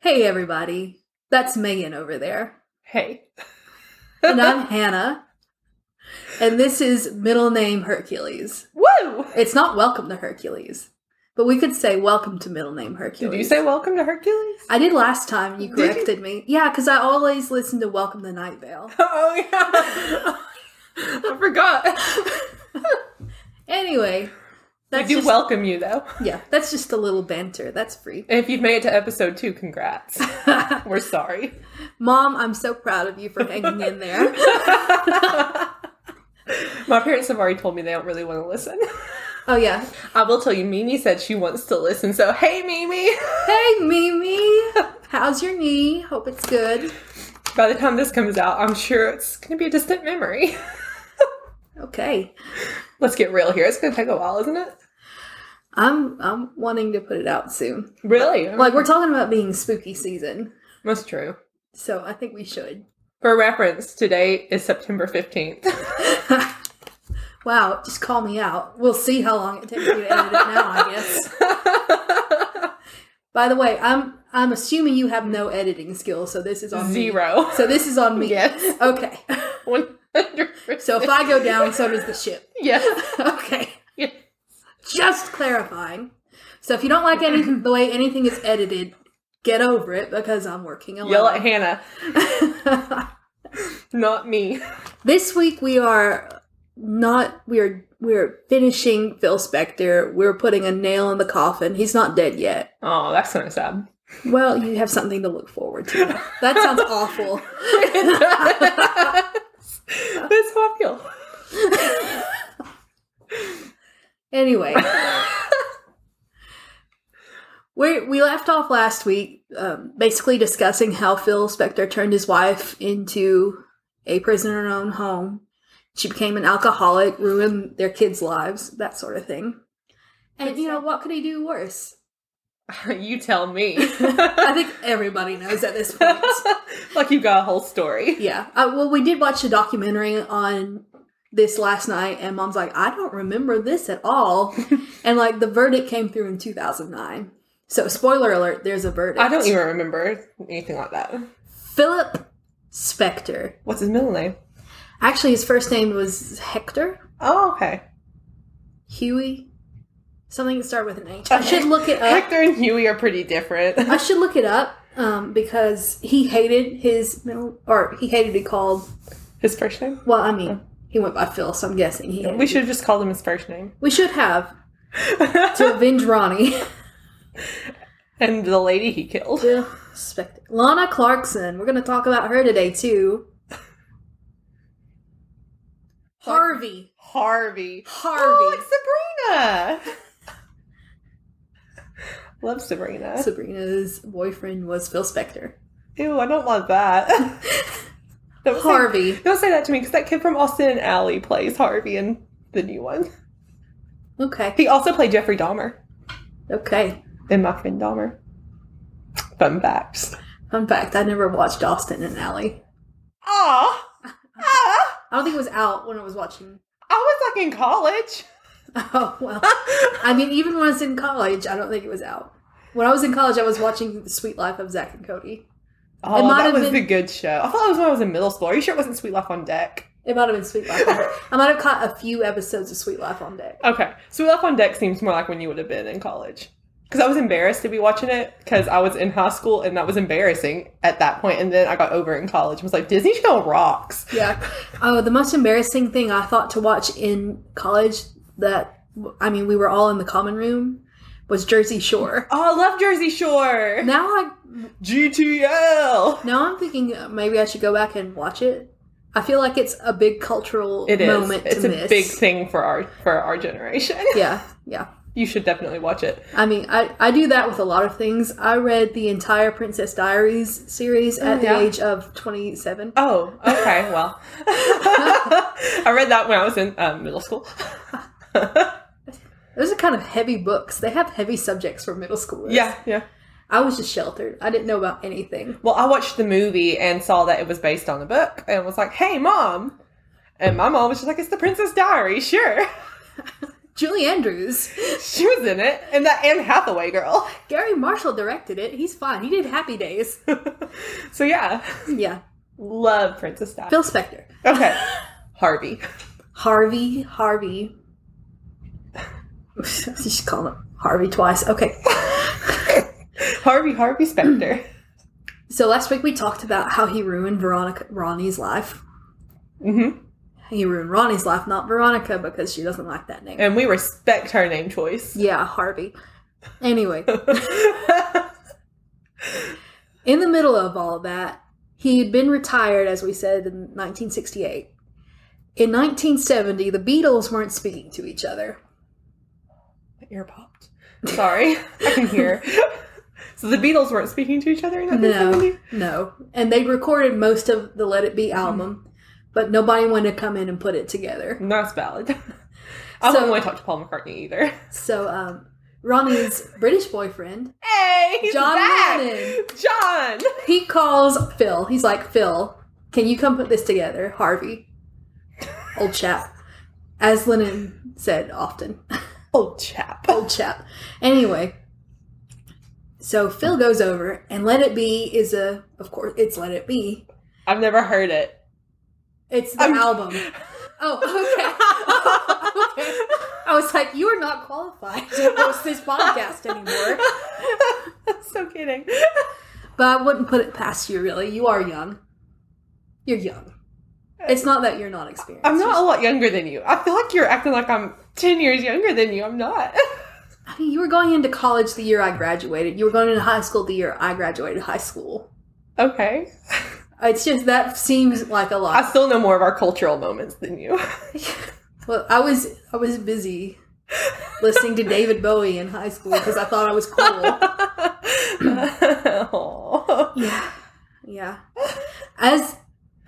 Hey, everybody. That's Megan over there. Hey. And I'm Hannah. And this is Middle Name Hercules. Woo! It's not Welcome to Hercules, but we could say Welcome to Middle Name Hercules. Did you say welcome to Hercules? I did last time. and You Did you? corrected me. Yeah, because I always listen to Welcome to Night Vale. Oh yeah. I forgot. Anyway, I that's do just, welcome you though. yeah, that's just a little banter. That's free. And if you've made it to episode two, congrats. We're sorry. Mom, I'm so proud of you for hanging in there. My parents have already told me they don't really want to listen. Oh yeah. I will tell you, Mimi said she wants to listen, so hey Mimi! Hey, Mimi. How's your knee? Hope it's good. By the time this comes out, I'm sure it's gonna be a distant memory. Okay. Let's get real here. It's gonna take a while, isn't it? I'm I'm wanting to put it out soon. Really? Like we're talking about being spooky season, That's true. so I think we should. For reference, today is September 15th. wow, just call me out. We'll see how long it takes you to edit it now, I guess. By the way, I'm I'm assuming you have no editing skills, so this is on me. Zero. So this is on me. Yes. Okay. 100%. So if I go down, so does the ship. Yes. Okay. yes. Just clarifying. So if you don't like any the way anything is edited, get over it because I'm working alone. Yell at Hannah. Not me. This week we are not we're we're finishing Phil Spector. We're putting a nail in the coffin. He's not dead yet. Oh, that's kind of sad. Well, you have something to look forward to. That sounds awful. that's how I feel. Anyway. We, we left off last week um, basically discussing how Phil Spector turned his wife into a prisoner in her own home. She became an alcoholic, ruined their kids' lives, that sort of thing. And you know, what could he do worse? You tell me. I think everybody knows at this point. like you got a whole story. Yeah. Uh, well, we did watch a documentary on this last night, and mom's like, I don't remember this at all. and like the verdict came through in 2009. So, spoiler alert, there's a verdict. I don't even remember anything like that. Philip Spector. What's his middle name? Actually, his first name was Hector, Oh, okay. Huey, something to start with an H. I should look Uh, it up. Hector and Huey are pretty different. I should look it up um, because he hated his middle, or he hated to be called. His first name? Well, I mean, he went by Phil, so I'm guessing he. Hated We should have just called him his first name. We should have to avenge Ronnie. and the lady he killed. Phil Spector. Lana Clarkson. We're going to talk about her today too. Harvey. Harvey. Harvey. Oh, it's Sabrina. Love Sabrina. Sabrina's boyfriend was Phil Spector. Ew, I don't love that. Don't say- Harvey. don't say that to me because that kid from Austin and Alley plays Harvey in the new one. Okay. He also played Jeffrey Dahmer Okay. in My Friend Dahmer. Fun facts. Fun fact I never watched Austin and Alley. Ah, ah! I don't think it was out when I was watching. I was like in college. Oh, well. I mean, even when I was in college, I don't think it was out. When I was in college, I was watching The Sweet Life of Zach and Cody. Oh, might that have was been- a good show. I thought it was when I was in middle school. Are you sure it wasn't Sweet Life on Deck? It might have been Sweet Life. on Deck. I might have caught a few episodes of Sweet Life on Deck. Okay, so Left on Deck seems more like when you would have been in college. Because I was embarrassed to be watching it because I was in high school and that was embarrassing at that point. And then I got over it in college and was like, Disney Channel rocks. Yeah. Oh, the most embarrassing thing I thought to watch in college that, I mean, we were all in the common room was Jersey Shore. Oh, I love Jersey Shore. Now I GTL. Now I'm thinking maybe I should go back and watch it. I feel like it's a big cultural It is. moment it's to a miss. big thing for our for our generation. Yeah, yeah. you should definitely watch it. I mean, I, I do that with a lot of things. I read the entire Princess Diaries series at the Oh, yeah. age of 27. Oh, okay. Well, I read that when I was in um, middle school. Those are kind of heavy books. They have heavy subjects for middle schoolers. Yeah, yeah. I was just sheltered. I didn't know about anything. Well, I watched the movie and saw that it was based on the book and was like, hey, mom. And my mom was just like, it's the Princess Diary, sure. Julie Andrews. She was in it, and that Anne Hathaway girl. Gary Marshall directed it. He's fine. He did Happy Days. So yeah, Yeah. love Princess Di. Phil Spector. Okay, Harvey. Harvey. Harvey. you should call him Harvey twice. Okay. Harvey Harvey Specter. So last week we talked about how he ruined Veronica Ronnie's life. hmm He ruined Ronnie's life, not Veronica, because she doesn't like that name. And we respect her name choice. Yeah, Harvey. Anyway, yeah. in the middle of all of that, he had been retired, as we said, in 1968. In 1970, the Beatles weren't speaking to each other. My ear popped. Sorry, I can hear. so the Beatles weren't speaking to each other in No, 1970. no. And they recorded most of the Let It Be album, but nobody wanted to come in and put it together. That's valid. I So- wouldn't want to talk to Paul McCartney either. So um, Ronnie's British boyfriend, Hey, he's John back. Lennon. John. he calls Phil. He's like, Phil, can you come put this together? Harvey, old chap. As Lennon said often, Old chap. old chap. Anyway, so Phil goes over, and Let It Be is a, of course, it's Let It Be. I've never heard it. It's the I'm- album. Oh, okay. okay. I was like, you are not qualified to host this podcast anymore. so kidding. But I wouldn't put it past you, really. You are young. You're young. It's not that you're not experienced. I'm not a lot younger than you. I feel like you're acting like I'm 10 years younger than you. I'm not. I mean, you were going into college the year I graduated. You were going into high school the year I graduated high school. Okay. It's just that seems like a I lot. still know more of our cultural moments than you. Well, I was I was busy listening to David Bowie in high school because I thought I was cool. Aw. Yeah. Yeah. As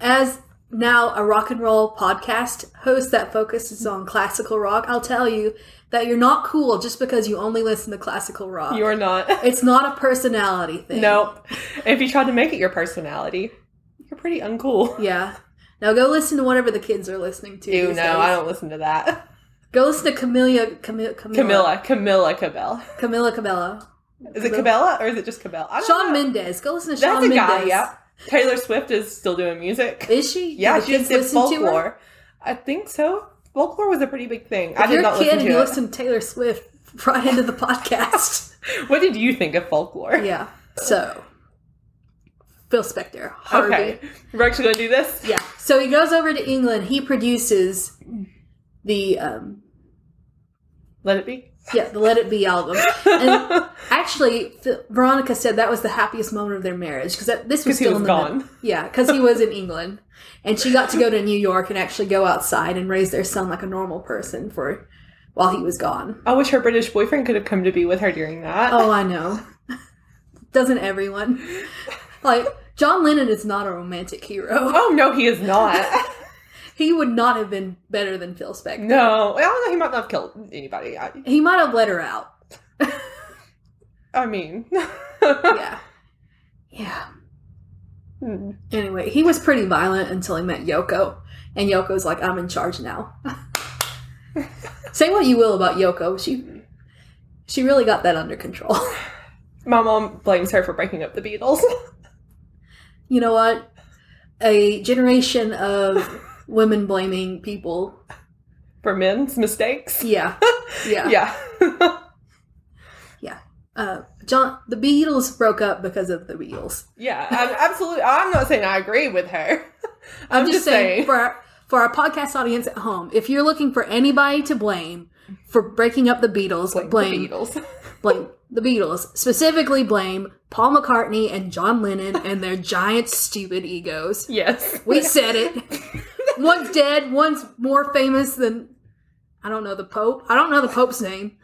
as now a rock and roll podcast host that focuses on classical rock, I'll tell you that you're not cool just because you only listen to classical rock. you are not. it's not a personality thing. Nope. If you tried to make it your personality, you're pretty uncool. Yeah. Now go listen to whatever the kids are listening to. Ew, these no, I days. don't listen to that. Go listen to Camilla, Camilla, Camilla, Camilla, Camilla Cabell. Camilla Cabello, Is it Cabela or is it just Cabell? I don't Sean know. Mendez. Go listen to That's Sean a Mendes. guy, yeah. Taylor Swift is still doing music. Is she? Yeah, Do the she kids did listen to her? folklore. I think so. Folklore was a pretty big thing. I If you're did a not kid listen and to you it. listen to Taylor Swift right into the podcast. What did you think of folklore? Yeah. So, Phil Spector, Harvey. Okay, we're actually gonna do this. Yeah. So he goes over to England. He produces the um, Let it be. yeah, the Let It Be album. And actually, Phil, Veronica said that was the happiest moment of their marriage because this was Because he still was in the gone. yeah, because he was in England, and she got to go to New York and actually go outside and raise their son like a normal person for while he was gone. I wish her British boyfriend could have come to be with her during that. Oh, I know. Doesn't everyone? Like John Lennon is not a romantic hero. Oh, no, he is not. He would not have been better than Phil Spector. no, I don't know. He might not have killed anybody. I, He might have let her out. I mean, Yeah. yeah. Anyway, he was pretty violent until he met Yoko. And Yoko's like, I'm in charge now. Say what you will about Yoko. She she really got that under control. my mom blames her for breaking up the Beatles. you know what? A generation of women blaming people. for men's mistakes. Yeah. Yeah. Yeah. Uh, John the Beatles broke up because of the Beatles. Yeah, I'm absolutely. I'm not saying I agree with her. I'm just saying, for our, for our podcast audience at home, if you're looking for anybody to blame for breaking up the Beatles, blame blame the Beatles. blame the Beatles. Specifically, blame Paul McCartney and John Lennon and their giant stupid egos. Yes. We said it. one's dead. One's more famous than I don't know the Pope. I don't know the Pope's name.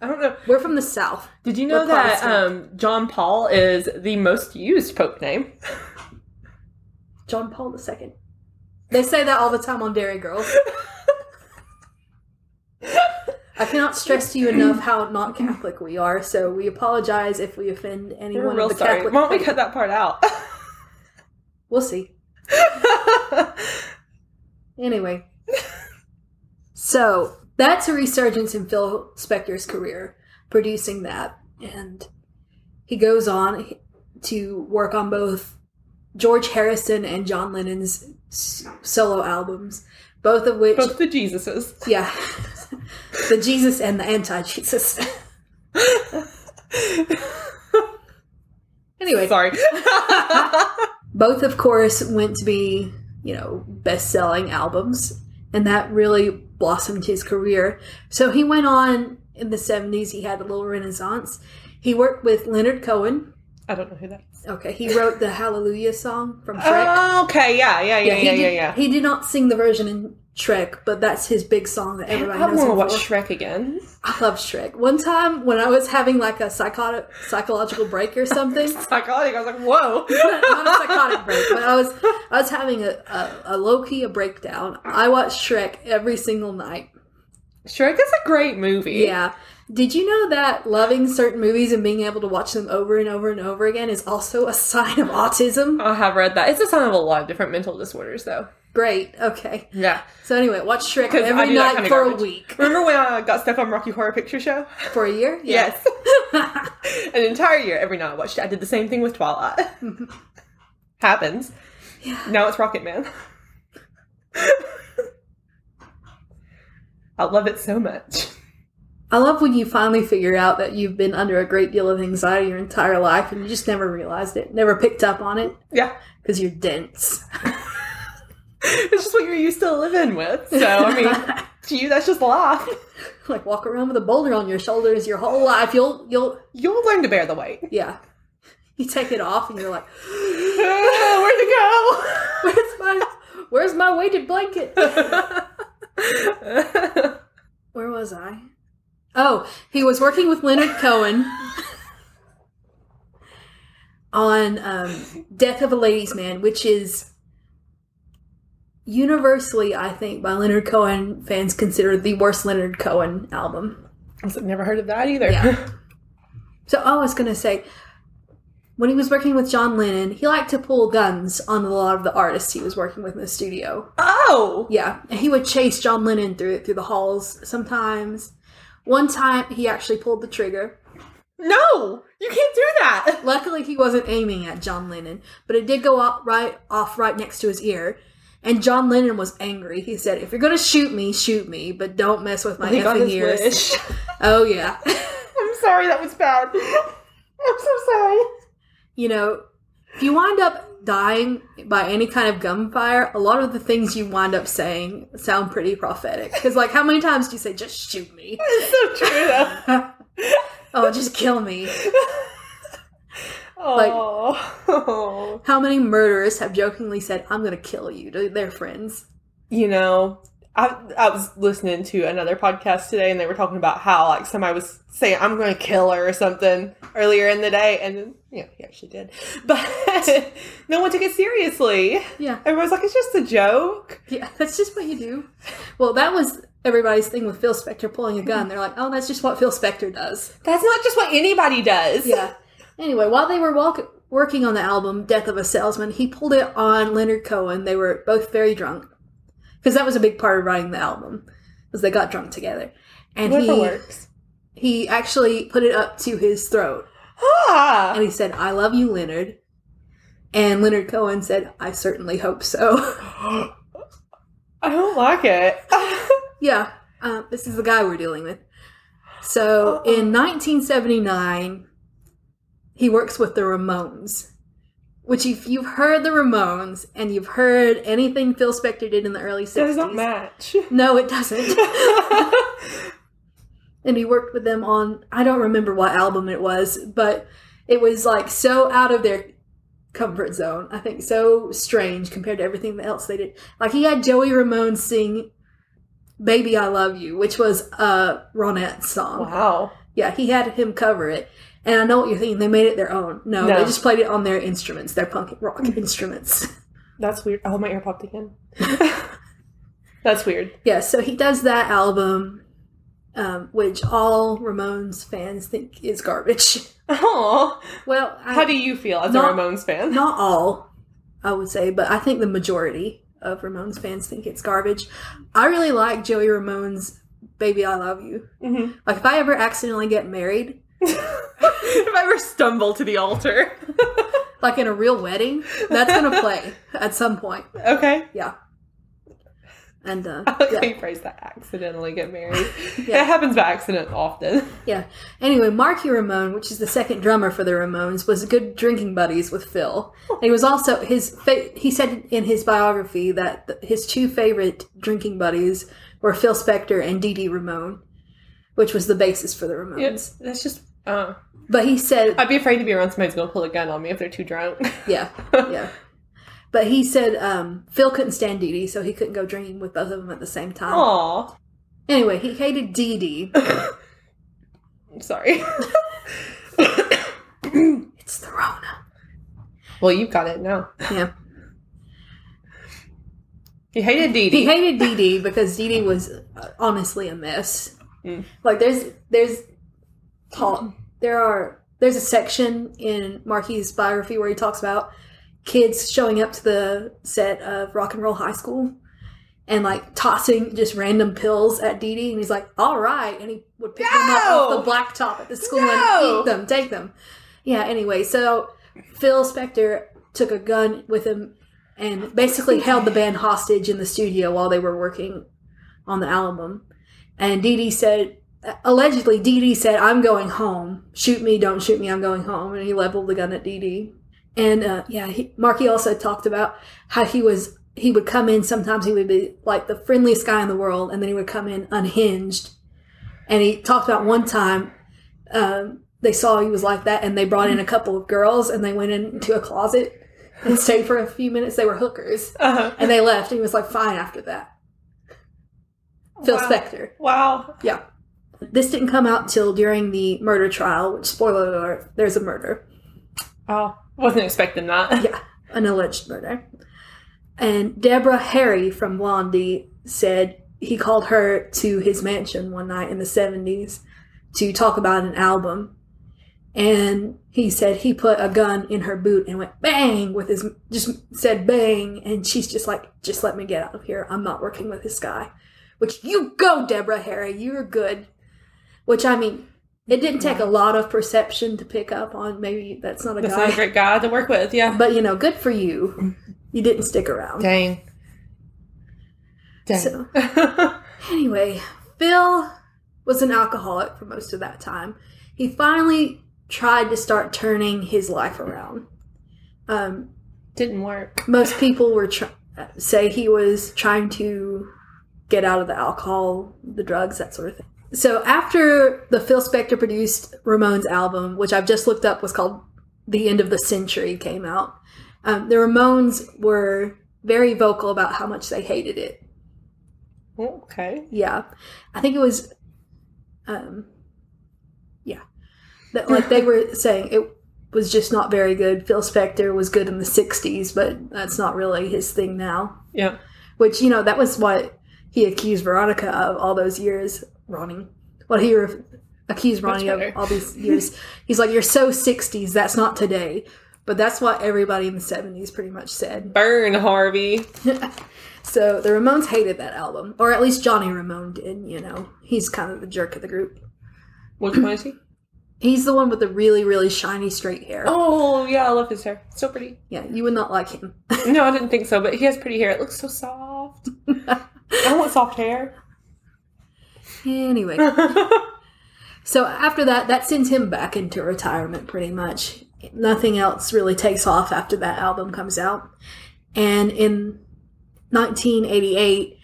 I don't know. We're from the South. Did you know We're that Protestant. um, John Paul is the most used Pope name? John Paul II. They say that all the time on Dairy Girls. I cannot stress to you enough how not Catholic we are, so we apologize if we offend anyone We're of real the sorry. Catholic. Why don't we cut that part out? will see. Anyway, so that's a resurgence in Phil Spector's career, producing that. And he goes on to work on both George Harrison and John Lennon's s- solo albums, both of which, Both the Jesuses. yeah, the Jesus and the anti Jesus. anyway, Sorry. both of course went to be you know best-selling albums and that really blossomed his career so he went on in the 70s he had a little renaissance he worked with leonard cohen I don't know who that is. okay he wrote the hallelujah song from trek Oh, okay. Yeah, yeah, yeah, he yeah, did, yeah, yeah. he did not sing the version in trek but that's his big song that everybody I knows want to him watch for. Shrek again. Oh i love shrek one time when i was having like a psychotic psychological break or something Psychotic. I was like, whoa. not a psychotic break, but I was I was having a, a, a low key a breakdown. I watched Shrek every single night. Shrek is a great movie. Yeah. Did you know that loving certain movies and being able to watch them over and over and over again is also a sign of autism? I have read that. It's a sign of a lot of different mental disorders, though. Great. Okay. Yeah. So anyway, watch Shrek 'Cause I every do night that kinda for a garbage. week Remember when I got stuff on Rocky Horror Picture Show? for a year. Yes. An entire year, every night I watched it. I did the same thing with Twilight. Happens. Now it's Rocket Man. I love it so much. I love when you finally figure out that you've been under a great deal of anxiety your entire life and you just never realized it, never picked up on it Yeah. because you're dense. It's just what you're used to living with. So, I mean, to you, that's just life. like walk around with a boulder on your shoulders your whole life. You'll you'll You'll learn to bear the weight. yeah. You take it off and you're like, Where'd it go? where's my where's my weighted blanket? Where was I? Oh, he was working with Leonard Cohen on um, Death of a Ladies' Man, which is universally, I think, by Leonard Cohen fans considered the worst Leonard Cohen album. I was like, never heard of that either. Yeah. So I was gonna say, when he was working with John Lennon, he liked to pull guns on a lot of the artists he was working with in the studio. Oh! Yeah, and he would chase John Lennon through through the halls sometimes. One time, he actually pulled the trigger. No! You can't do that! Luckily, he wasn't aiming at John Lennon, but it did go out right off right next to his ear. And John Lennon was angry. He said, "If you're gonna shoot me, shoot me, but don't mess with my He got effing his ears." wish. Oh yeah. I'm sorry, that was bad. I'm so sorry. you know, if you wind up dying by any kind of gunfire, a lot of the things you wind up saying sound pretty prophetic. Because, like, how many times do you say, just shoot me? It's so true, though. Oh, just kill me. Oh. How many murderers have jokingly said, I'm going to kill you to their friends? you know, I, I was listening to another podcast today and they were talking about how, like, somebody was saying, I'm going to kill her or something earlier in the day. And then, you know, he actually did. But no one took it seriously. Yeah. Everyone's like, it's just a joke. Yeah, that's just what you do. Well, that was everybody's thing with Phil Spector pulling a gun. They're like, oh, that's just what Phil Spector does. That's not just what anybody does. Yeah. Anyway, while they were walk- working on the album Death of a Salesman, he pulled it on Leonard Cohen. They were both very drunk. Because that was a big part of writing the album, was they got drunk together. And Whatever he, works. he actually put it up to his throat. Ah! And he said, I love you, Leonard. And Leonard Cohen said, I certainly hope so. I don't like it. yeah, um, this is the guy we're dealing with. So Uh-oh. in 1979, he works with the Ramones, which if you've heard the Ramones and you've heard anything Phil Spector did in the early 60s, does not match. no, it doesn't. and he worked with them on I don't remember what album it was, but it was like so out of their comfort zone. I think so strange compared to everything else they did. Like he had Joey Ramone sing "Baby I Love You," which was a Ronette song. wow. Yeah, he had him cover it. And I know what you're thinking. They made it their own. No, No. they just played it on their instruments, their punk rock instruments. That's weird. Oh, my ear popped again. That's weird. Yeah, so he does that album, um, which all Ramones fans think is garbage. Aww. Well, I, How do you feel as Not- a Ramones fan? not all, I would say, but I think the majority of Ramones fans think it's garbage. I really like Joey Ramone's baby, I love you. Mhm. Like if I ever accidentally get married, if I ever stumble to the altar. like in a real wedding, that's gonna play at some point. okay. Yeah. And uh, I like how yeah. you phrase that accidentally get married. Yeah. It happens by accident often. yeah. Anyway, Marky Ramone, which is the second drummer for the Ramones, was good drinking buddies with Phil. And he was also his. Fa- he said in his biography that th- his two favorite drinking buddies were Phil Spector and Dee Dee Ramone, which was the basis for the Ramones. It's, that's just. Uh, But he said I'd be afraid to be around somebody's gonna pull a gun on me if they're too drunk. Yeah, yeah. But he said um, Phil couldn't stand Dee Dee, so he couldn't go drinking with both of them at the same time. Aw. Anyway, he hated Dee Dee. I'm sorry. It's the Rona. well, you've got it now. Yeah. You hated Dee He Dee. hated Dee Dee because Dee Dee was uh, honestly a mess. Mm. Like there's there's talk there are there's a section in Marky's biography where he talks about kids showing up to the set of Rock and Roll High School and like tossing just random pills at Dee Dee and he's like, "All right," and he would pick them up No! off the blacktop at the school and No! eat them, take them. Yeah. Anyway, so Phil Spector took a gun with him and basically held the band hostage in the studio while they were working on the album. And Dee Dee said, allegedly, Dee Dee said, I'm going home. Shoot me, don't shoot me, I'm going home. And he leveled the gun at Dee Dee. And uh, yeah, he, Marky also talked about how he was, he would come in, sometimes he would be like the friendliest guy in the world, and then he would come in unhinged. And he talked about one time, um, they saw he was like that, and they brought in a couple of girls, and they went into a closet and stayed for a few minutes. They were hookers, Uh-huh. and they left. And he was like, "Fine." After that, Phil Wow. Spector. Wow. Yeah. This didn't come out till during the murder trial, which, spoiler alert, there's a murder, Oh, wasn't expecting that. an alleged murder. And Deborah Harry from Blondie said he called her to his mansion one night in the 70s to talk about an album. And he said he put a gun in her boot and went bang with his, just said bang. And she's just like, just let me get out of here. I'm not working with this guy. Which, you go, Deborah Harry, you're good. Which, I mean, it didn't take a lot of perception to pick up on maybe that's not a That's guy. not a great guy to work with. Yeah. But you know, good for you. You didn't stick around. Dang. Dang. So- Anyway, Phil was an alcoholic for most of that time. He finally tried to start turning his life around. Um, Didn't work. most people were tr- say he was trying to get out of the alcohol, the drugs, that sort of thing. So after the Phil Spector produced Ramones album, which I've just looked up was called "The End of the Century," came out. Um, the Ramones were very vocal about how much they hated it. Okay. Yeah, I think it was, um, yeah, that like they were saying it was just not very good. Phil Spector was good in the '60s, but that's not really his thing now. Yeah. Which you know that was what he accused Veronica of all those years. Ronnie, what he re- accused Much Ronnie of better. all these years. He's like, "You're so '60s. That's not today." But that's what everybody in the '70s pretty much said. Burn, Harvey. So the Ramones hated that album, or at least Johnny Ramone did. You know, he's kind of the jerk of the group. Which one is he? He's the one with the really, really shiny straight hair. Oh, yeah, I love his hair. So pretty. Yeah, you would not like him. No, I didn't think so, but he has pretty hair. It looks so soft. I want soft hair. anyway, so after that, that sends him back into retirement pretty much. Nothing else really takes off after that album comes out. And in 1988,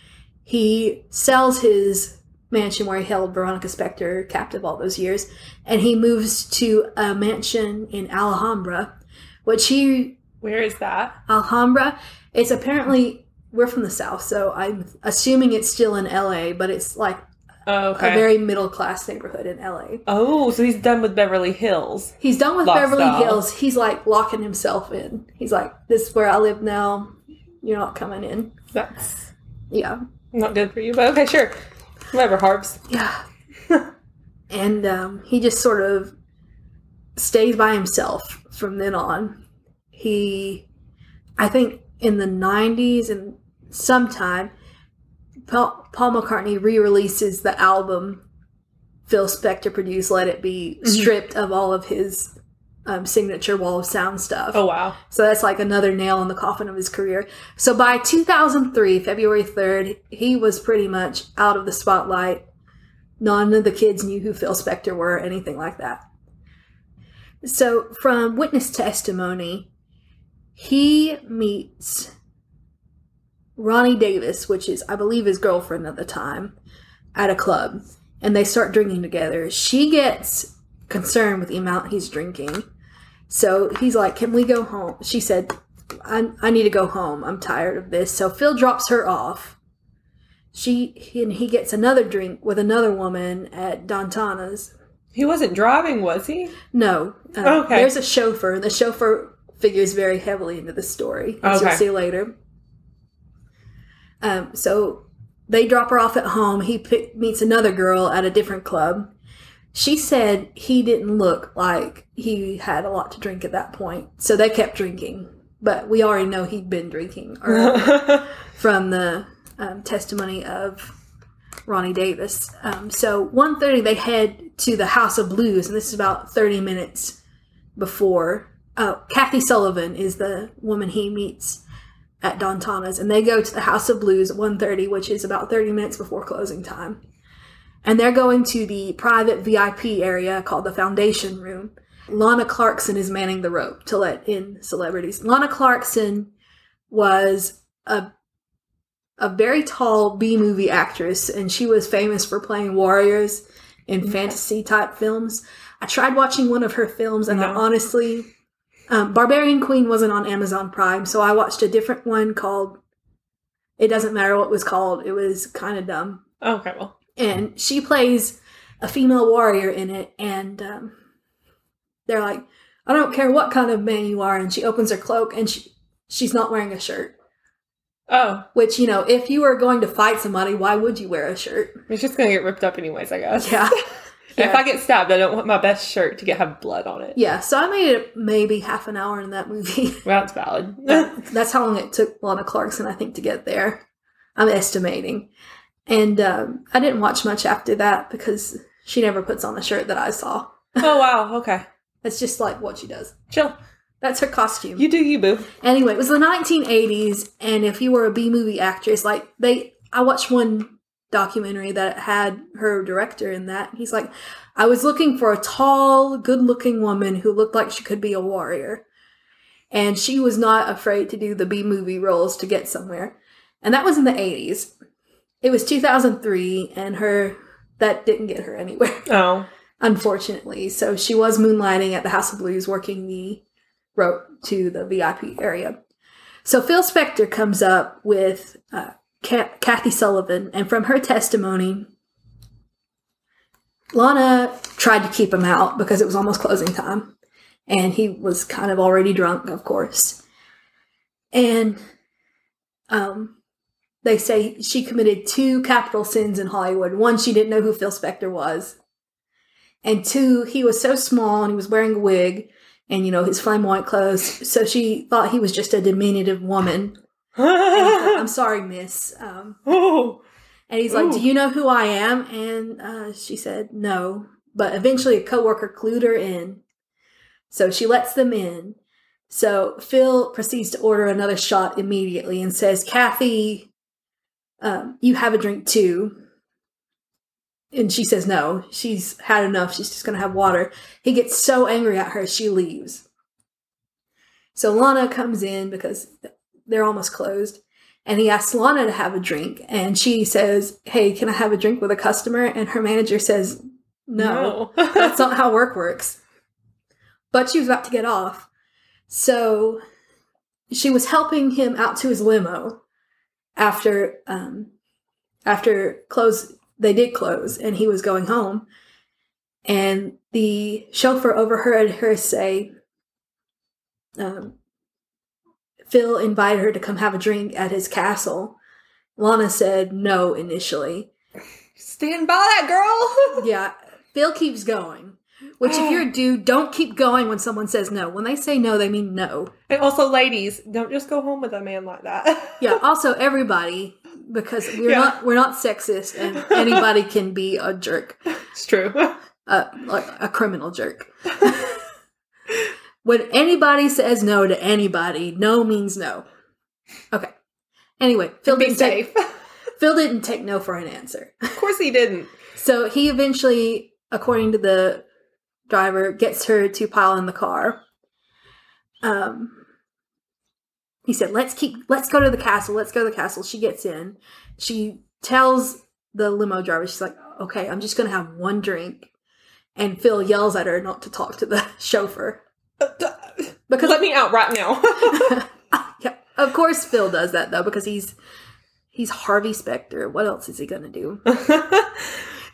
he sells his mansion where he held Veronica Spector captive all those years, and he moves to a mansion in Alhambra, which he Where is that? Alhambra. It's apparently we're from the south, so I'm assuming it's still in LA, but it's like Oh, okay. a very middle class neighborhood in LA. oh, so he's done with Beverly Hills. He's done with Lifestyle. Beverly Hills. He's like locking himself in. He's like, "This is where I live now. You're not coming in." That's Yeah, not good for you, but okay, sure. Whatever, Harbs. yeah. and um, he just sort of stays by himself from then on. He, I think, in the '90s and sometime Paul, Paul McCartney re-releases the album Phil Spector produced "Let It Be," Mhm. stripped of all of his um, signature Wall of Sound stuff. Oh wow. So that's like another nail in the coffin of his career. So by 2003, February 3rd, he was pretty much out of the spotlight. None of the kids knew who Phil Spector were, anything like that. So from witness testimony, he meets Ronnie Davis, which is, I believe, his girlfriend at the time, at a club, and they start drinking together. She gets concerned with the amount he's drinking. So he's like, Can we go home? She said, I, I need to go home. I'm tired of this. So Phil drops her off. She he- and he gets another drink with another woman at Dontana's. He wasn't driving, was he? No, uh, Okay. There's a chauffeur, and the chauffeur figures very heavily into the story, as Okay. you'll see later. Um, so they drop her off at home. He pick, meets another girl at a different club. She said he didn't look like he had a lot to drink at that point, so they kept drinking. But we already know he'd been drinking earlier Oh, from the um, testimony of Ronnie Davis. Um, so 1.30, they head to the House of Blues, and this is about 30 minutes before. Oh, Kathy Sullivan is the woman he meets at Dontana's, and they go to the House of Blues at 1.30, which is about 30 minutes before closing time. And they're going to the private VIP area called the Foundation Room. Lana Clarkson is manning the rope to let in celebrities. Lana Clarkson was a a very tall B movie actress, and she was famous for playing warriors in Okay. fantasy type films. I tried watching one of her films, and I No. honestly, um, Barbarian Queen wasn't on Amazon Prime, so I watched a different one called. It doesn't matter what it was called. It was kind of dumb, okay, well. and she plays a female warrior in it and um, they're like i don't care what kind of man you are and she opens her cloak and she, she's not wearing a shirt Oh, which you know if you were going to fight somebody why would you wear a shirt it's just gonna get ripped up anyways, I guess. yeah If I get stabbed, I don't want my best shirt to get have blood on it. yeah so i made it maybe half an hour in that movie Well, that's valid. that's how long it took lana clarkson i think to get there i'm estimating and um, i didn't watch much after that because she never puts on a shirt that i saw oh wow, okay. that's just like what she does Chill. that's her costume You do you boo. Anyway, it was the 1980s, and if you were a B movie actress, like they, I watched one documentary that had her director in that. He's like, I was looking for a tall, good looking woman who looked like she could be a warrior. And she was not afraid to do the B movie roles to get somewhere. And that was in the 80s. It was 2003, and her, that didn't get her anywhere Oh. unfortunately. So she was moonlighting at the House of Blues, working the rope to the VIP area. So Phil Spector comes up with uh, Ca- Kathy Sullivan, and from her testimony, Lana tried to keep him out because it was almost closing time, and he was kind of already drunk, of course. And um, they say she committed two capital sins in Hollywood. One, she didn't know who Phil Spector was, and two, he was so small and he was wearing a wig and, you know, his flamboyant clothes. So she thought he was just a diminutive woman. And he's like, I'm sorry, miss. Um, oh. and he's like, Ooh. Do you know who I am? And uh, she said, No. But eventually a coworker clued her in. So she lets them in. So Phil proceeds to order another shot immediately and says, Kathy, um, you have a drink too. And she says, No, she's had enough. She's just going to have water. He gets so angry at her, she leaves. So Lana comes in because they're almost closed and he asks Lana to have a drink, and she says, "Hey, can I have a drink with a customer?" And her manager says, "No, that's not how work works." But she was about to get off, so she was helping him out to his limo after um, after close. They did close, and he was going home, and the chauffeur overheard her say. Um, Phil invited her to come have a drink at his castle. Lana said no initially. Stand by that girl. Yeah, Phil keeps going. Which, if you're a dude, don't keep going when someone says no. When they say no, they mean no. and also, ladies, don't just go home with a man like that. Yeah, also, everybody, because we're Yeah. not we're not sexist, and anybody can be a jerk, It's true. uh, like a criminal jerk. when anybody says no to anybody, no means no. Okay. Anyway, Phil Be didn't, take, safe. Phil didn't take no for an answer. of course he didn't. So he eventually, according to the driver, gets her to pile in the car. Um, he said, "Let's keep. Let's go to the castle. Let's go to the castle." She gets in. She tells the limo driver, "She's like, okay, I'm just gonna have one drink." And Phil yells at her not to talk to the chauffeur Uh, d- because, Let me out right now. yeah, of course, Phil does that though because he's he's Harvey Specter. What else is he gonna do?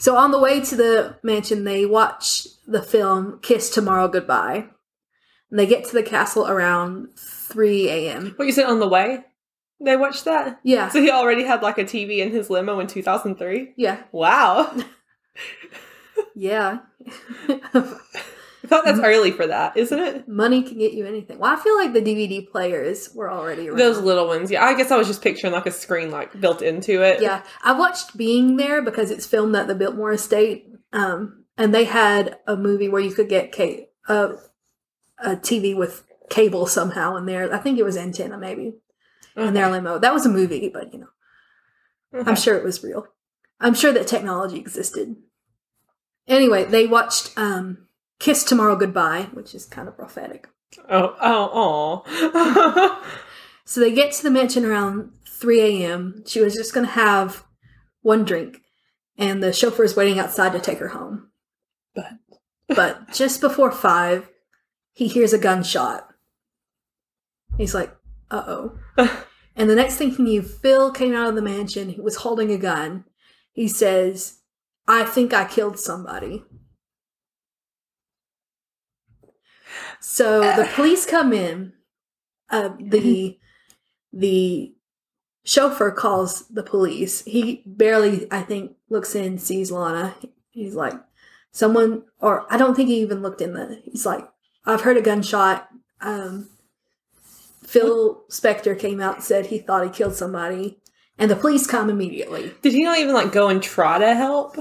So on the way to the mansion, they watch the film Kiss Tomorrow Goodbye. And they get to the castle around 3 a.m. what you said on the way? They watched that. Yeah. So he already had like a TV in his limo in 2003. Yeah. Wow. Yeah. I thought Mm-hmm. that's early for that, isn't it? Money can get you anything. Well, I feel like the DVD players were already around. Those little ones. Yeah, I guess I was just picturing like a screen like built into it. yeah. I watched Being There because it's filmed at the Biltmore Estate. Um, and they had a movie where you could get ca- uh, a TV with cable somehow in there. I think it was antenna maybe in their limo. That was a movie, but you know. Okay. I'm sure it was real. I'm sure that technology existed. Anyway, they watched um, Kiss Tomorrow Goodbye, which is kind of prophetic. Oh, oh, oh. So they get to the mansion around 3 a.m. She was just going to have one drink, and the chauffeur is waiting outside to take her home. But- but just before 5, he hears a gunshot. He's like, uh oh. And the next thing he knew, Phil came out of the mansion. He was holding a gun. He says, I think I killed somebody. So the police come in. Uh, the the chauffeur calls the police. He barely, I think, looks in, sees Lana. He's like, someone, or I don't think he even looked in the. He's like, I've heard a gunshot. Um, Phil Spector came out and said he thought he killed somebody, and the police come immediately. Did he not even like go and try to help?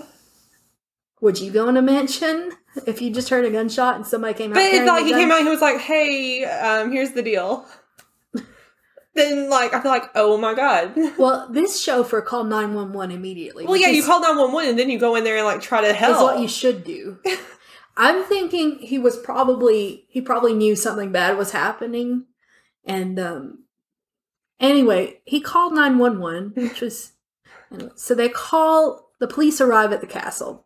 Would you go in a mansion if you just heard a gunshot and somebody came out? But it's carrying like a he gun? came out and he was like, hey, um, here's the deal. then like I feel like, oh my god. Well, this chauffeur called nine one one immediately. Well yeah, which you is- call nine one one and then you go in there and like try to help. is what you should do. I'm thinking he was probably he probably knew something bad was happening, and um, anyway, he called nine one one, which was anyway, so they call the police arrive at the castle.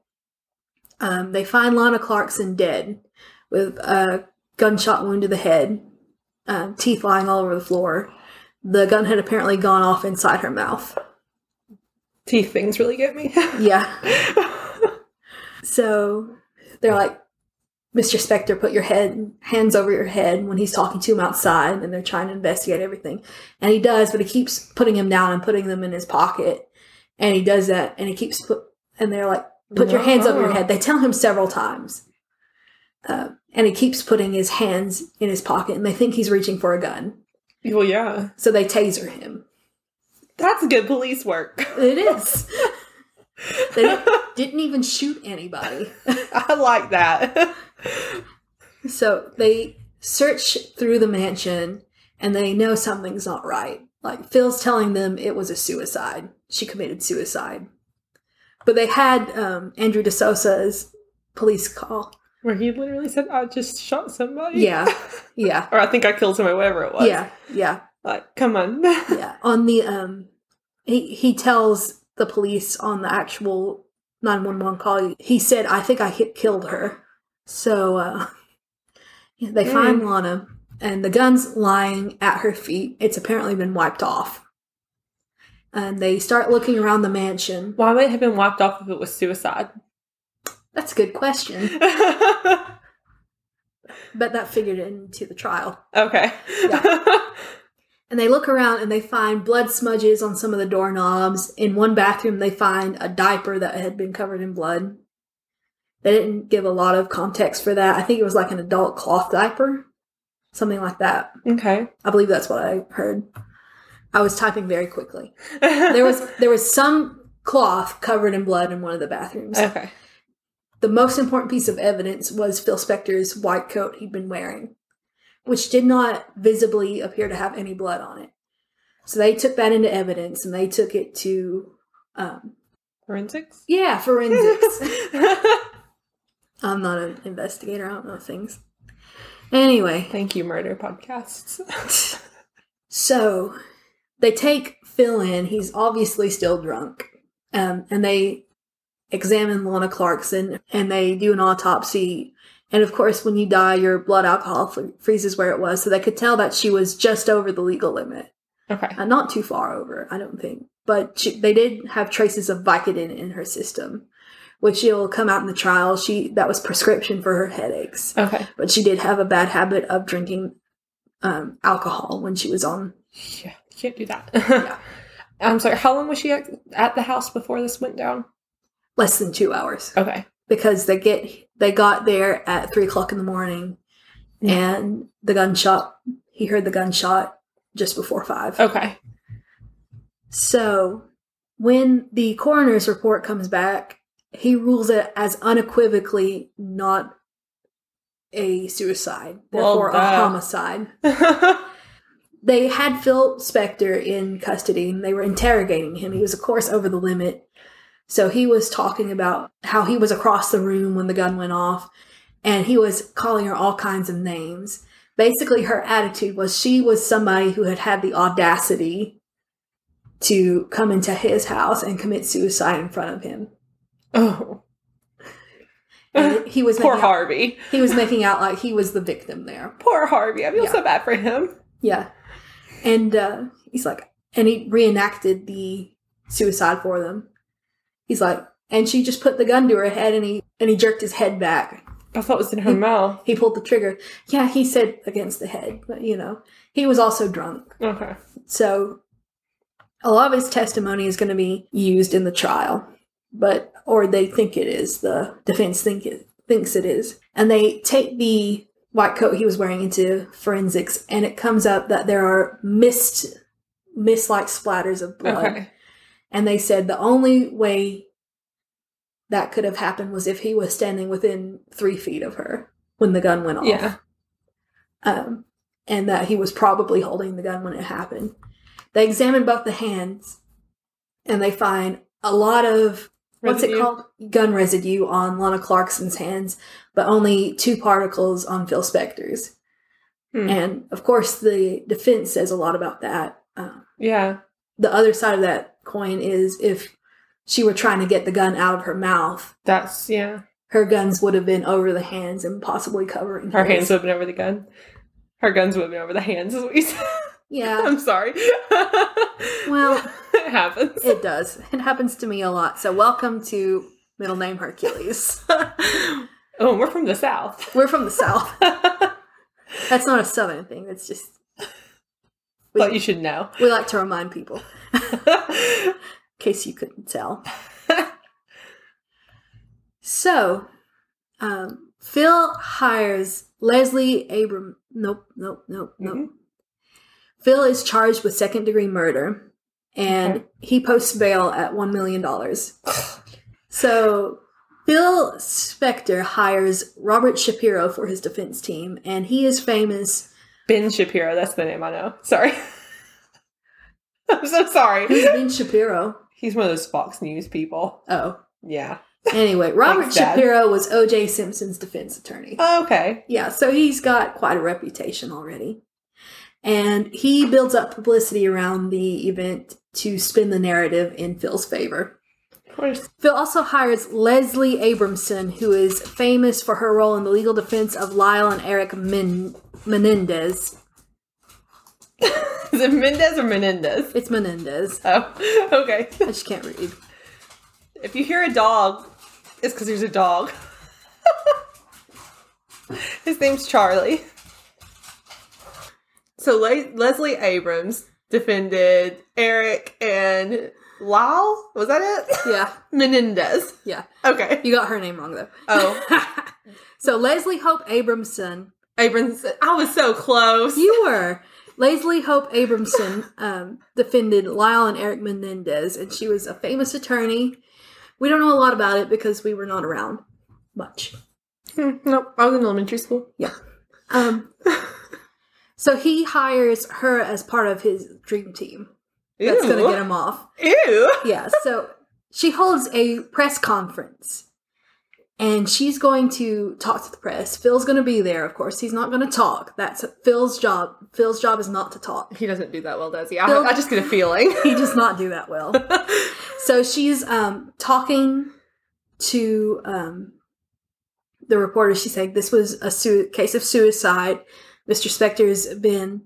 Um, they find Lana Clarkson dead with a gunshot wound to the head, um, teeth lying all over the floor. The gun had apparently gone off inside her mouth. Teeth things really get me. Yeah. So they're like, Mr. Spectre, put your head hands over your head when he's talking to him outside, and they're trying to investigate everything. And he does, but he keeps putting him down and putting them in his pocket. And he does that, and he keeps put, and they're like, put your hands over your Wow. head. They tell him several times, uh, and he keeps putting his hands in his pocket, and they think he's reaching for a gun, well yeah. so they taser him. That's good police work. It is. they didn't even shoot anybody. I like that. So they search through the mansion and they know something's not right. Like Phil's telling them it was a suicide. She committed suicide. But they had um, Andrew DeSosa's police call. Where he literally said, I just shot somebody. Yeah. Yeah. Or I think I killed somebody, whatever it was. Yeah. Yeah. Like, come on. Yeah. On the um he he tells the police on the actual 911 call he said I think I hit, killed her. So uh yeah, they find Lana and the gun's lying at her feet. It's apparently been wiped off. And they start looking around the mansion. Why would it have been wiped off if it was suicide? That's a good question, okay. but that figured into the trial. And they look around and they find blood smudges on some of the doorknobs. In one bathroom, they find a diaper that had been covered in blood. They didn't give a lot of context for that. I think it was like an adult cloth diaper, something like that. okay. I believe that's what I heard. I was typing very quickly. There was there was some cloth covered in blood in one of the bathrooms. okay. The most important piece of evidence was Phil Spector's white coat he'd been wearing, which did not visibly appear to have any blood on it. So they took that into evidence and they took it to, um, Forensics. yeah, forensics. I'm not an investigator, I don't know things. Anyway, Thank you, murder podcasts. So they take Phil in. He's obviously still drunk. Um, and they examine Lana Clarkson and they do an autopsy. And of course, when you die, your blood alcohol fr- freezes where it was. So they could tell that she was just over the legal limit. okay. Uh, not too far over, I don't think. But she, they did have traces of Vicodin in her system, which it'll come out in the trial. She That was prescription for her headaches Okay. but she did have a bad habit of drinking um, alcohol when she was on. Yeah, you can't do that. I'm sorry. How long was she at, at the house before this went down? Less than two hours Okay. because they get they got there at three o'clock in the morning, Yeah. and the gunshot. He heard the gunshot just before five. Okay. So when the coroner's report comes back, he rules it as unequivocally not a suicide, Well, therefore a duh. homicide. they had Phil Spector in custody and they were interrogating him. He was, of course, over the limit. So he was talking about how he was across the room when the gun went off and he was calling her all kinds of names. Basically, her attitude was she was somebody who had had the audacity to come into his house and commit suicide in front of him. oh. And he was Poor making out, Harvey. he was making out like he was the victim there. Poor Harvey. I feel Yeah. so bad for him. Yeah. And uh, he's like, and he reenacted the suicide for them. He's like, and she just put the gun to her head and he and he jerked his head back. I thought it was in her mouth. He pulled the trigger. Yeah, he said against the head, but you know, he was also drunk. Okay. So a lot of his testimony is going to be used in the trial, but or they think it is. The defense think it thinks it is, and they take the white coat he was wearing into forensics, and it comes up that there are mist, mist-like splatters of blood, Okay. and they said the only way that could have happened was if he was standing within three feet of her when the gun went off Yeah. um, and that he was probably holding the gun when it happened. They examine both the hands and they find a lot of what's it Residue. called? Gun residue on Lana Clarkson's hands, but only two particles on Phil Spector's. Hmm. And of course, the defense says a lot about that. Um, Yeah. the other side of that coin is if she were trying to get the gun out of her mouth, That's yeah. her guns would have been over the hands and possibly covering Her his. hands whipping over the gun. Her guns whipping over the hands is what you said. Yeah. I'm sorry. Well, it happens. It does. It happens to me a lot. So welcome to middle name Hercules. oh, and we're from the south. We're from the south. Thought That's not a southern thing. That's just you should know. we like to remind people, in case you couldn't tell. So, um, Phil hires Leslie Abram. Nope, nope, nope, nope. Mhm. Phil is charged with second degree murder, and Okay. he posts bail at one million dollars. So Bill Spector hires Robert Shapiro for his defense team, and he is famous. ben Shapiro, that's the name I know. Sorry. I'm so sorry. Who's Ben Shapiro? He's one of those Fox News people. Oh, Yeah. anyway, Robert Thanks, Dad. Oh, Shapiro was O.J. Simpson's defense attorney. Okay. Yeah, so he's got quite a reputation already. And he builds up publicity around the event to spin the narrative in Phil's favor. Of course. Phil also hires Leslie Abramson, who is famous for her role in the legal defense of Lyle and Eric Men- Menendez. Is it Mendez or Menendez? It's Menendez. Oh, okay. I just can't read. If you hear a dog, it's because there's a dog. His name's Charlie. So Le- Leslie Abrams defended Eric and Lyle. Was that it? Yeah, Menendez. yeah. Okay. You got her name wrong though. Oh. so Leslie Hope Abramson. Abrams. I was so close. You were. Leslie Hope Abramson um, defended Lyle and Eric Menendez, and she was a famous attorney. We don't know a lot about it because we were not around much. Hmm, nope, I was in elementary school. Um, so he hires her as part of his dream team. That's going to get him off. Ew. Yeah, so she holds a press conference and she's going to talk to the press. Phil's going to be there, of course. He's not going to talk. That's Phil's job. Phil's job is not to talk. He doesn't do that well, does he? I, Bill- I just get a feeling. He does not do that well. So she's um, talking to um, the reporter. She's saying this was a su- case of suicide. Mr. Spector's been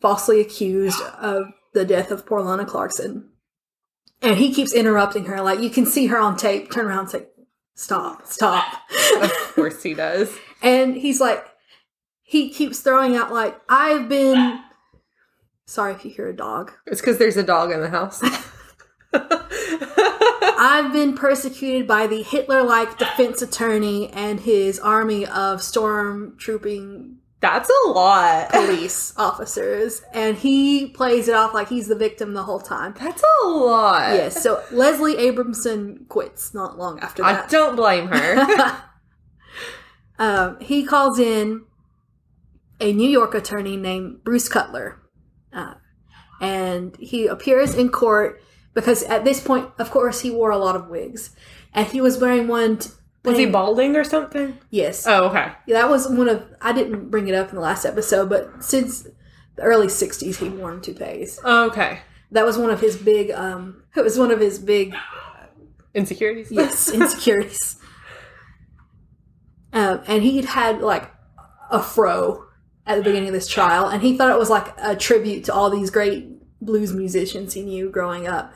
falsely accused of the death of poor Lana Clarkson. And he keeps interrupting her. Like, you can see her on tape, turn around and say, Stop, stop. of course he does. and he's like, he keeps throwing out, like, I've been. Sorry if you hear a dog. It's because there's a dog in the house. I've been persecuted by the Hitler like defense attorney and his army of stormtrooping That's a lot. police officers, and he plays it off like he's the victim the whole time. That's a lot. Yes, so Leslie Abramson quits not long after I that. don't blame her. um, he calls in a New York attorney named Bruce Cutler, uh, and he appears in court because at this point, of course, he wore a lot of wigs, and he was wearing one. t- Was he pink- balding or something? Yes. Oh, okay. Yeah, that was one of I didn't bring it up in the last episode, but since the early '60s, he wore toupees. Oh, Okay. That was one of his big. um It was one of his big Insecurities? yes insecurities. Um, and he had had like a fro at the beginning of this trial, and he thought it was like a tribute to all these great blues musicians he knew growing up.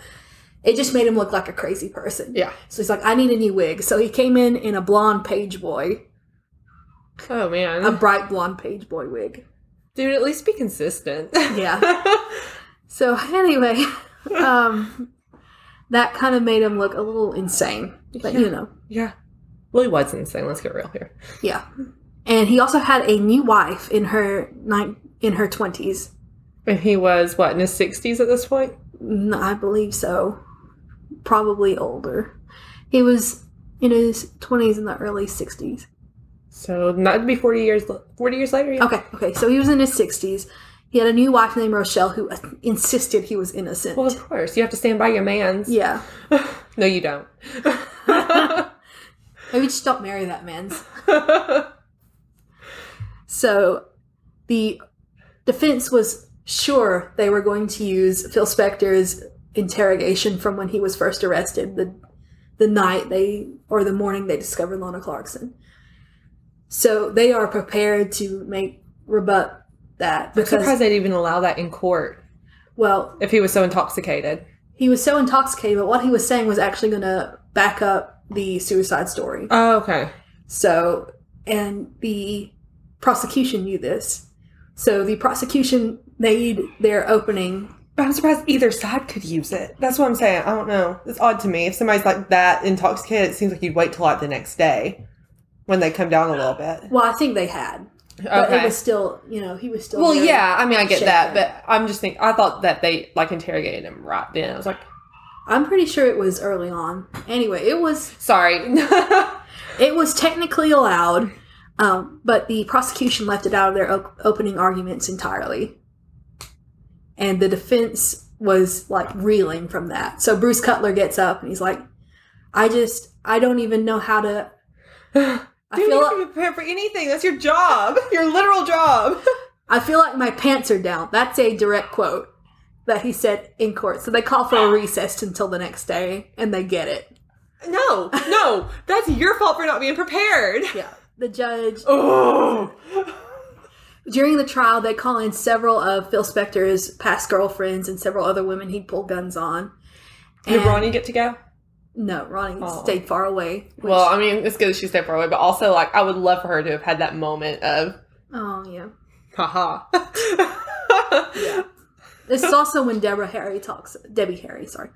It just made him look like a crazy person. yeah. So he's like, I need a new wig. So he came in in a blonde page boy, Oh, man. a bright blonde page boy wig. Dude, at least be consistent. Yeah. So anyway, um, that kind of made him look a little insane, but you know, yeah. Well, he was insane. Let's get real here. yeah. And he also had a new wife in her nine in her twenties, And he was, what, in his 60s at this point? Mm, I believe so, probably older. He was in his twenties in the early sixties. So, not to be 40 years, 40 years later? Yeah. Okay, okay, so he was in his sixties. He had a new wife named Rochelle who uh, insisted he was innocent. Well, of course. You have to stand by your man's. yeah, No, you don't. maybe just don't marry that man. So the defense was sure they were going to use Phil Spector's interrogation from when he was first arrested, the the night they or the morning they discovered Lana Clarkson. So they are prepared to make rebut that I'm because surprised they'd even allow that in court well, if he was so intoxicated. he was so intoxicated, but what he was saying was actually gonna back up the suicide story. Oh, okay. So, and the prosecution knew this. So the prosecution made their opening. But I'm surprised either side could use it. That's what I'm saying. I don't know. It's odd to me. If somebody's like that intoxicated, it seems like you'd wait till like the next day when they come down a little bit. Well, I think they had, but it was still, you know, he was still. Well, very- yeah. I mean, I get shaken. that, but I'm just thinking. I thought that they like interrogated him right then. I was like, I'm pretty sure it was early on. Anyway, it was sorry. it was technically allowed, um, but the prosecution left it out of their op- opening arguments entirely, and the defense was like reeling from that. So Bruce Cutler gets up and he's like, "I just, I don't even know how to." I Dude, feel you can prepare for anything. That's your job. Your literal job. I feel like my pants are down. That's a direct quote that he said in court. So they call for a recess until the next day, and they get it. No, no. That's your fault for not being prepared. Yeah. The judge Oh. during the trial, they call in several of Phil Spector's past girlfriends and several other women he pulled guns on. Did And- Ronnie get to go? No, Ronnie Oh. stayed far away. which- Well, I mean, it's good that she stayed far away, but also, like, I would love for her to have had that moment of, oh yeah. haha. Yeah. This is also when Deborah Harry talks. Debbie Harry, sorry.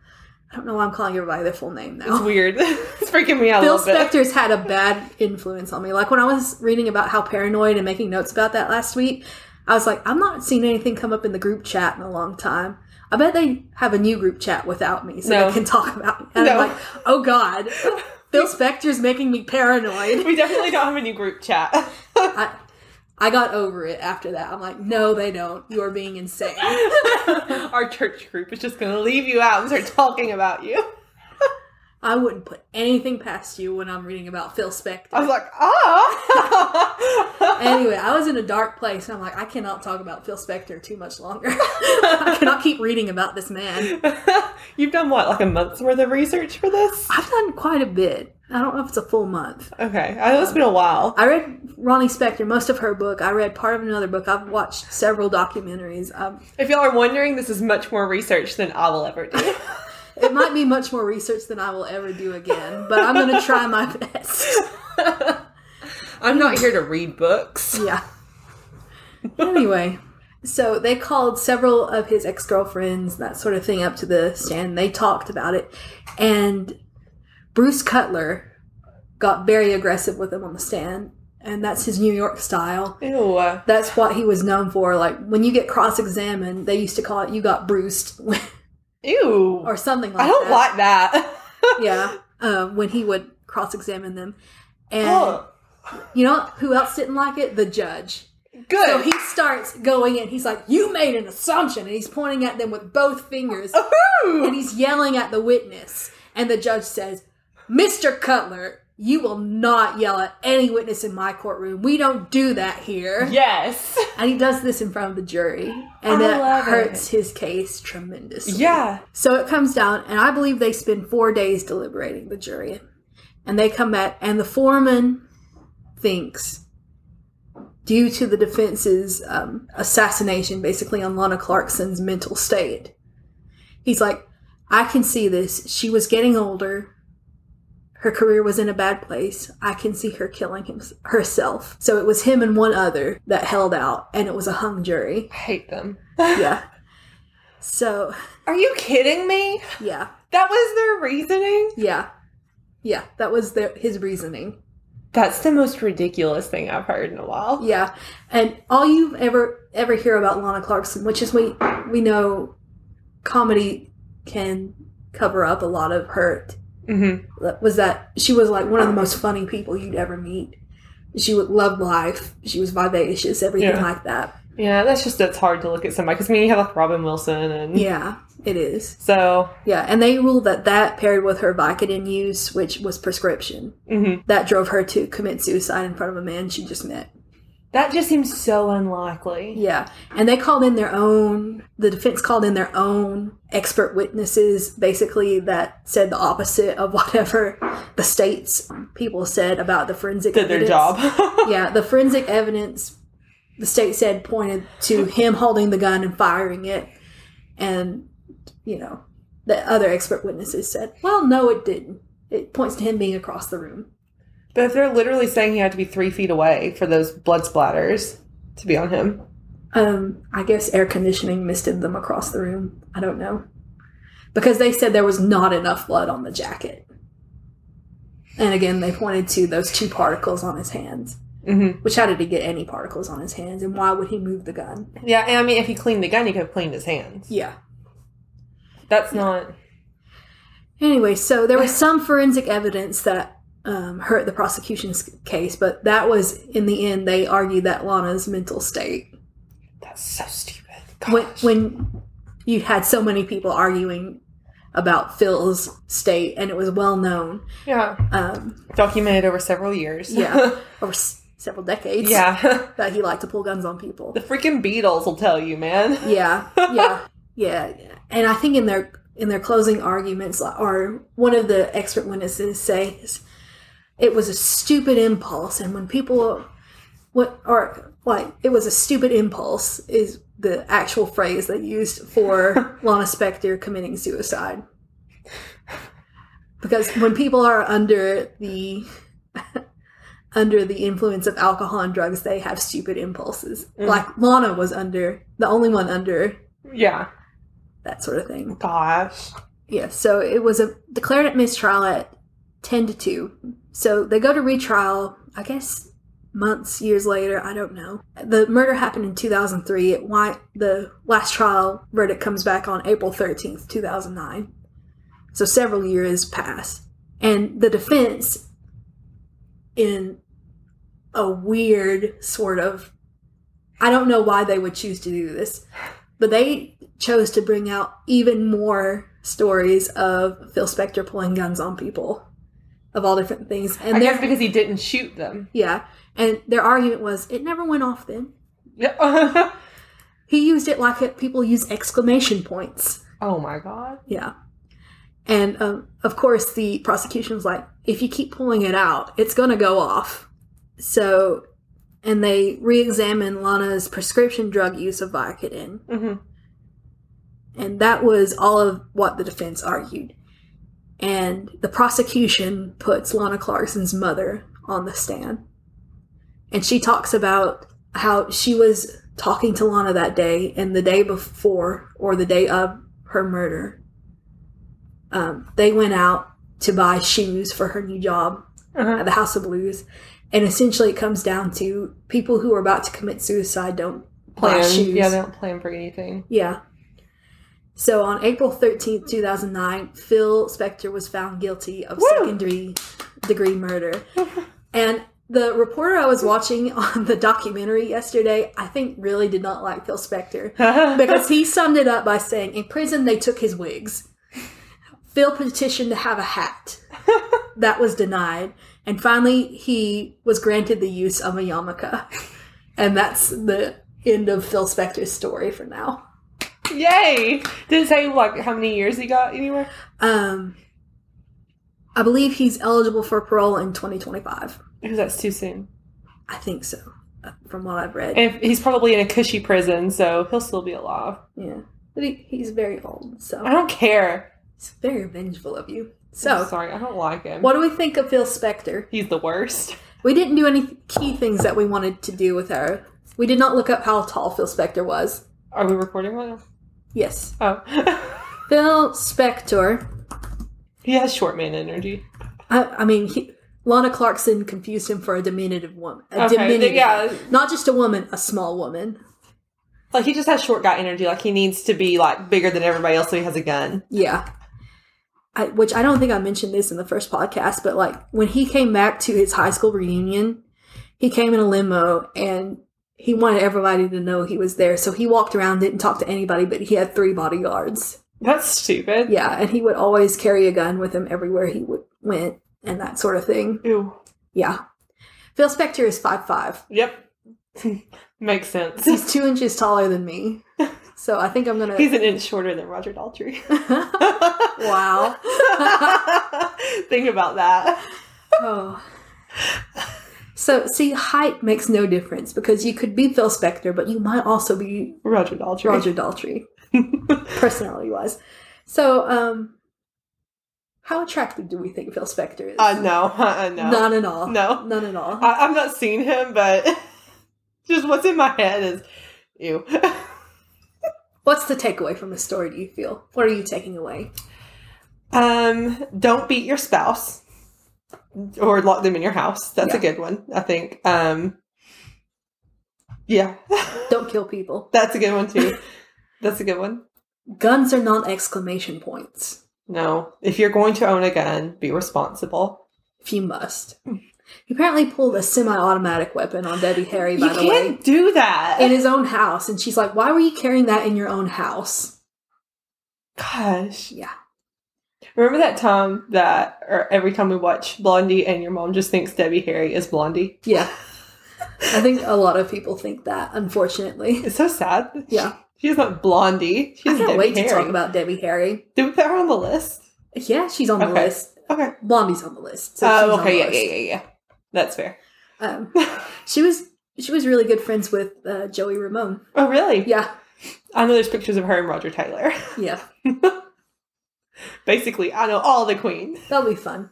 I don't know why I'm calling everybody their full name now. It's weird. it's freaking me out a Bill little bit. Spector's had a bad influence on me. Like when I was reading about how paranoid and making notes about that last week, I was like, I'm not seeing anything come up in the group chat in a long time. I bet they have a new group chat without me so No. they can talk about me. And No. I'm like, oh God, Phil Spector's making me paranoid. We definitely don't have any group chat. I, I got over it after that. I'm like, no, they don't. You are being insane. Our church group is just going to leave you out and start talking about you. I wouldn't put anything past you when I'm reading about Phil Spector. I was like, ah. anyway, I was in a dark place, and I'm like, I cannot talk about Phil Spector too much longer. I cannot keep reading about this man. "Ah." You've done what, like a month's worth of research for this? I've done quite a bit. I don't know if it's a full month. Okay, I know it's been a while. I read Ronnie Spector, most of her book. I read part of another book. I've watched several documentaries. Um, If y'all are wondering, this is much more research than I will ever do. it might be much more research than I will ever do again, but I'm going to try my best. I'm not here to read books. Yeah. Anyway, so they called several of his ex girlfriends, that sort of thing, up to the stand. They talked about it. And Bruce Cutler got very aggressive with him on the stand. And that's his New York style. Ew. That's what he was known for. Like when you get cross examined, they used to call it you got bruised Ew. or something like that. I don't like that. Yeah. Um, when he would cross examine them. And Oh, you know who else didn't like it? The judge. good. So he starts going in. He's like, "You made an assumption," and he's pointing at them with both fingers, Oh. Ooh. and he's yelling at the witness. And the judge says, "Mr. Cutler, you will not yell at any witness in my courtroom. We don't do that here." yes. And he does this in front of the jury, and I it love hurts his case tremendously. Yeah. So it comes down, and I believe they spend four days deliberating the jury. And they come back, and the foreman thinks, due to the defense's um, assassination, basically, on Lana Clarkson's mental state, he's like, I can see this. She was getting older. Her career was in a bad place. I can see her killing him- herself. So it was him and one other that held out, and it was a hung jury. I hate them. Yeah. So, Are you kidding me? yeah. That was their reasoning? Yeah. Yeah, that was the, his reasoning. That's the most ridiculous thing I've heard in a while. Yeah. And all you ever ever hear about Lana Clarkson, which is we we know comedy can cover up a lot of hurt, Mm-hmm. was that she was like one of the most funny people you'd ever meet. She would love life. She was vivacious, everything Yeah. like that. Yeah, that's just, it's hard to look at somebody because, I mean, you have like Robin Wilson and. Yeah, it is. So, Yeah, and they ruled that that paired with her Vicodin use, which was prescription, hmm that drove her to commit suicide in front of a man she just met. that just seems so unlikely. Yeah. And they called in their own, the defense called in their own expert witnesses, basically, that said the opposite of whatever the state's people said about the forensic Did their evidence. job. Yeah. The forensic evidence, the state said, pointed to him holding the gun and firing it. And, you know, the other expert witnesses said, well, no, it didn't. It points to him being across the room. but if they're literally saying you have to be three feet away for those blood splatters to be on him. Um, I guess air conditioning misted them across the room. I don't know. Because they said there was not enough blood on the jacket. And again, they pointed to those two particles on his hands. Mm-hmm. Which, how did he get any particles on his hands? And why would he move the gun? Yeah, and I mean, if he cleaned the gun, he could have cleaned his hands. Yeah. That's not. Anyway, so there was some forensic evidence that um, hurt the prosecution's case, but that was, in the end, they argued that Lana's mental state. That's so stupid. when, Gosh. when you had so many people arguing about Phil's state, and it was well known yeah, um, documented over several years. Yeah. over s- several decades yeah. that he liked to pull guns on people. The freaking Beatles will tell you, man. Yeah, yeah, yeah. yeah. And I think in their in their closing arguments, like, or one of the expert witnesses says, "It was a stupid impulse," and when people what or like it was a stupid impulse is the actual phrase they used for Lana Spector committing suicide. Because when people are under the under the influence of alcohol and drugs, they have stupid impulses. Mm. Like Lana was under the only one under Yeah. that sort of thing. Gosh. Yeah, so it was a declared at mistrial at ten to two. So they go to retrial. I guess months, years later, I don't know. The murder happened in 2003. It, why, the last trial verdict comes back on April 13th, 2009. So several years passed. And the defense, in a weird sort of, I don't know why they would choose to do this, but they chose to bring out even more stories of Phil Spector pulling guns on people of all different things. And I their- guess because he didn't shoot them. yeah. And their argument was it never went off then. Yeah. He used it like it, people use exclamation points. oh my god. Yeah. And um, of course, the prosecution was like, if you keep pulling it out, it's going to go off. So, and they re examined Lana's prescription drug use of Vicodin. hmm And that was all of what the defense argued. And the prosecution puts Lana Clarkson's mother on the stand. And she talks about how she was talking to Lana that day and the day before or the day of her murder. Um, they went out to buy shoes for her new job Uh-huh. at the House of Blues. And essentially, it comes down to people who are about to commit suicide don't buy shoes. Yeah, they don't plan for anything. Yeah. So on April 13th, 2009, Phil Spector was found guilty of Woo! secondary degree murder. and the reporter I was watching on the documentary yesterday, I think really did not like Phil Spector because he summed it up by saying, In prison, they took his wigs. Phil petitioned to have a hat. that was denied. And finally, he was granted the use of a yarmulke. And that's the end of Phil Spector's story for now. Yay! Did it say like how many years he got anywhere? Um, I believe he's eligible for parole in 2025. Because that's too soon. I think so, uh, from what I've read. And if, he's probably in a cushy prison, so he'll still be alive. yeah, but he, he's very old, I so don't care. it's very vengeful of you. I'm So, sorry, I don't like him. what do we think of Phil Spector? He's the worst. We didn't do any key things that we wanted to do with her. We did not look up how tall Phil Spector was. Are we recording right now? Yes, Oh. Phil Spector. he has short man energy. I, I mean, he, Lana Clarkson confused him for a diminutive woman. A Okay, diminutive, yeah. not just a woman, a small woman. Like he just has short guy energy. Like he needs to be like bigger than everybody else so he has a gun. Yeah. I, which I don't think I mentioned this in the first podcast, but like when he came back to his high school reunion, he came in a limo and he wanted everybody to know he was there. So he walked around, didn't talk to anybody, but he had three bodyguards. That's stupid. Yeah, and he would always carry a gun with him everywhere he would, went and that sort of thing. Ew. Yeah. Phil Spector is five five. Yep. Makes sense. He's two inches taller than me. So I think I'm going He's to. an inch shorter than Roger Daltrey. Wow. Think about that. Oh. So, see, height makes no difference because you could be Phil Spector, but you might also be Roger Daltrey. Roger Daltrey, personality wise. So, um, how attractive do we think Phil Spector is? Uh, no. Uh, no. None at all. No. None at all. I, I've not seen him, but just what's in my head is ew. What's the takeaway from the story, do you feel? What are you taking away? um, don't beat your spouse or lock them in your house. That's a Yeah. good one, I think. Um, yeah, Don't kill people. that's a good one too. That's a good one. Guns are not exclamation points, No, if you're going to own a gun, be responsible. if you must. Hmm. He apparently pulled a semi automatic weapon on Debbie Harry, by you the way. can't do that. in his own house. And she's like, Why were you carrying that in your own house? Gosh. Yeah. Remember that time that, or every time we watch Blondie and your mom just thinks Debbie Harry is Blondie? Yeah. I think a lot of people think that, unfortunately. It's so sad. Yeah. She's not Blondie. She's I can't Debbie wait Harry. to talk about Debbie Harry. Did we put her on the list? Yeah, she's on the Okay. list. Okay. Blondie's on the list. So she's Oh, on okay. the Yeah, list. yeah, yeah, yeah. That's fair. Um, she was she was really good friends with uh, Joey Ramone. Oh, really? Yeah, I know there's pictures of her and Roger Taylor. yeah, Basically, I know all the queen. that'll be fun.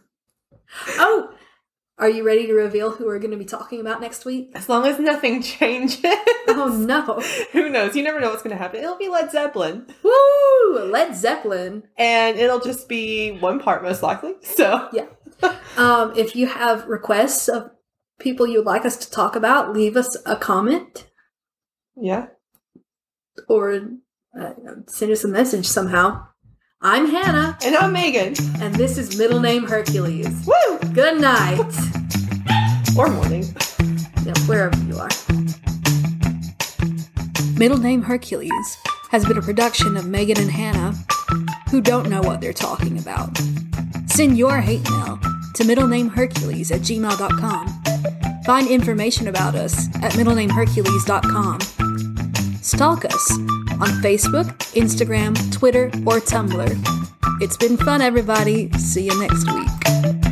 Oh, are you ready to reveal who we're going to be talking about next week? As long as nothing changes. Oh no! Who knows? You never know what's going to happen. It'll be Led Zeppelin. Woo! Led Zeppelin. And it'll just be one part, most likely. So, Um, if you have requests of people you'd like us to talk about, leave us a comment Yeah. or uh, send us a message somehow. I'm Hannah, And I'm Megan. and this is Middle Name Hercules. Woo! Good night, Or morning. Yeah, wherever you are. Middle Name Hercules has been a production of Megan and Hannah, who don't know what they're talking about. Send your hate mail to middlenamehercules at gmail.com. Find information about us at middlenamehercules.com. Stalk us on Facebook, Instagram, Twitter, or Tumblr. It's been fun, everybody. See you next week.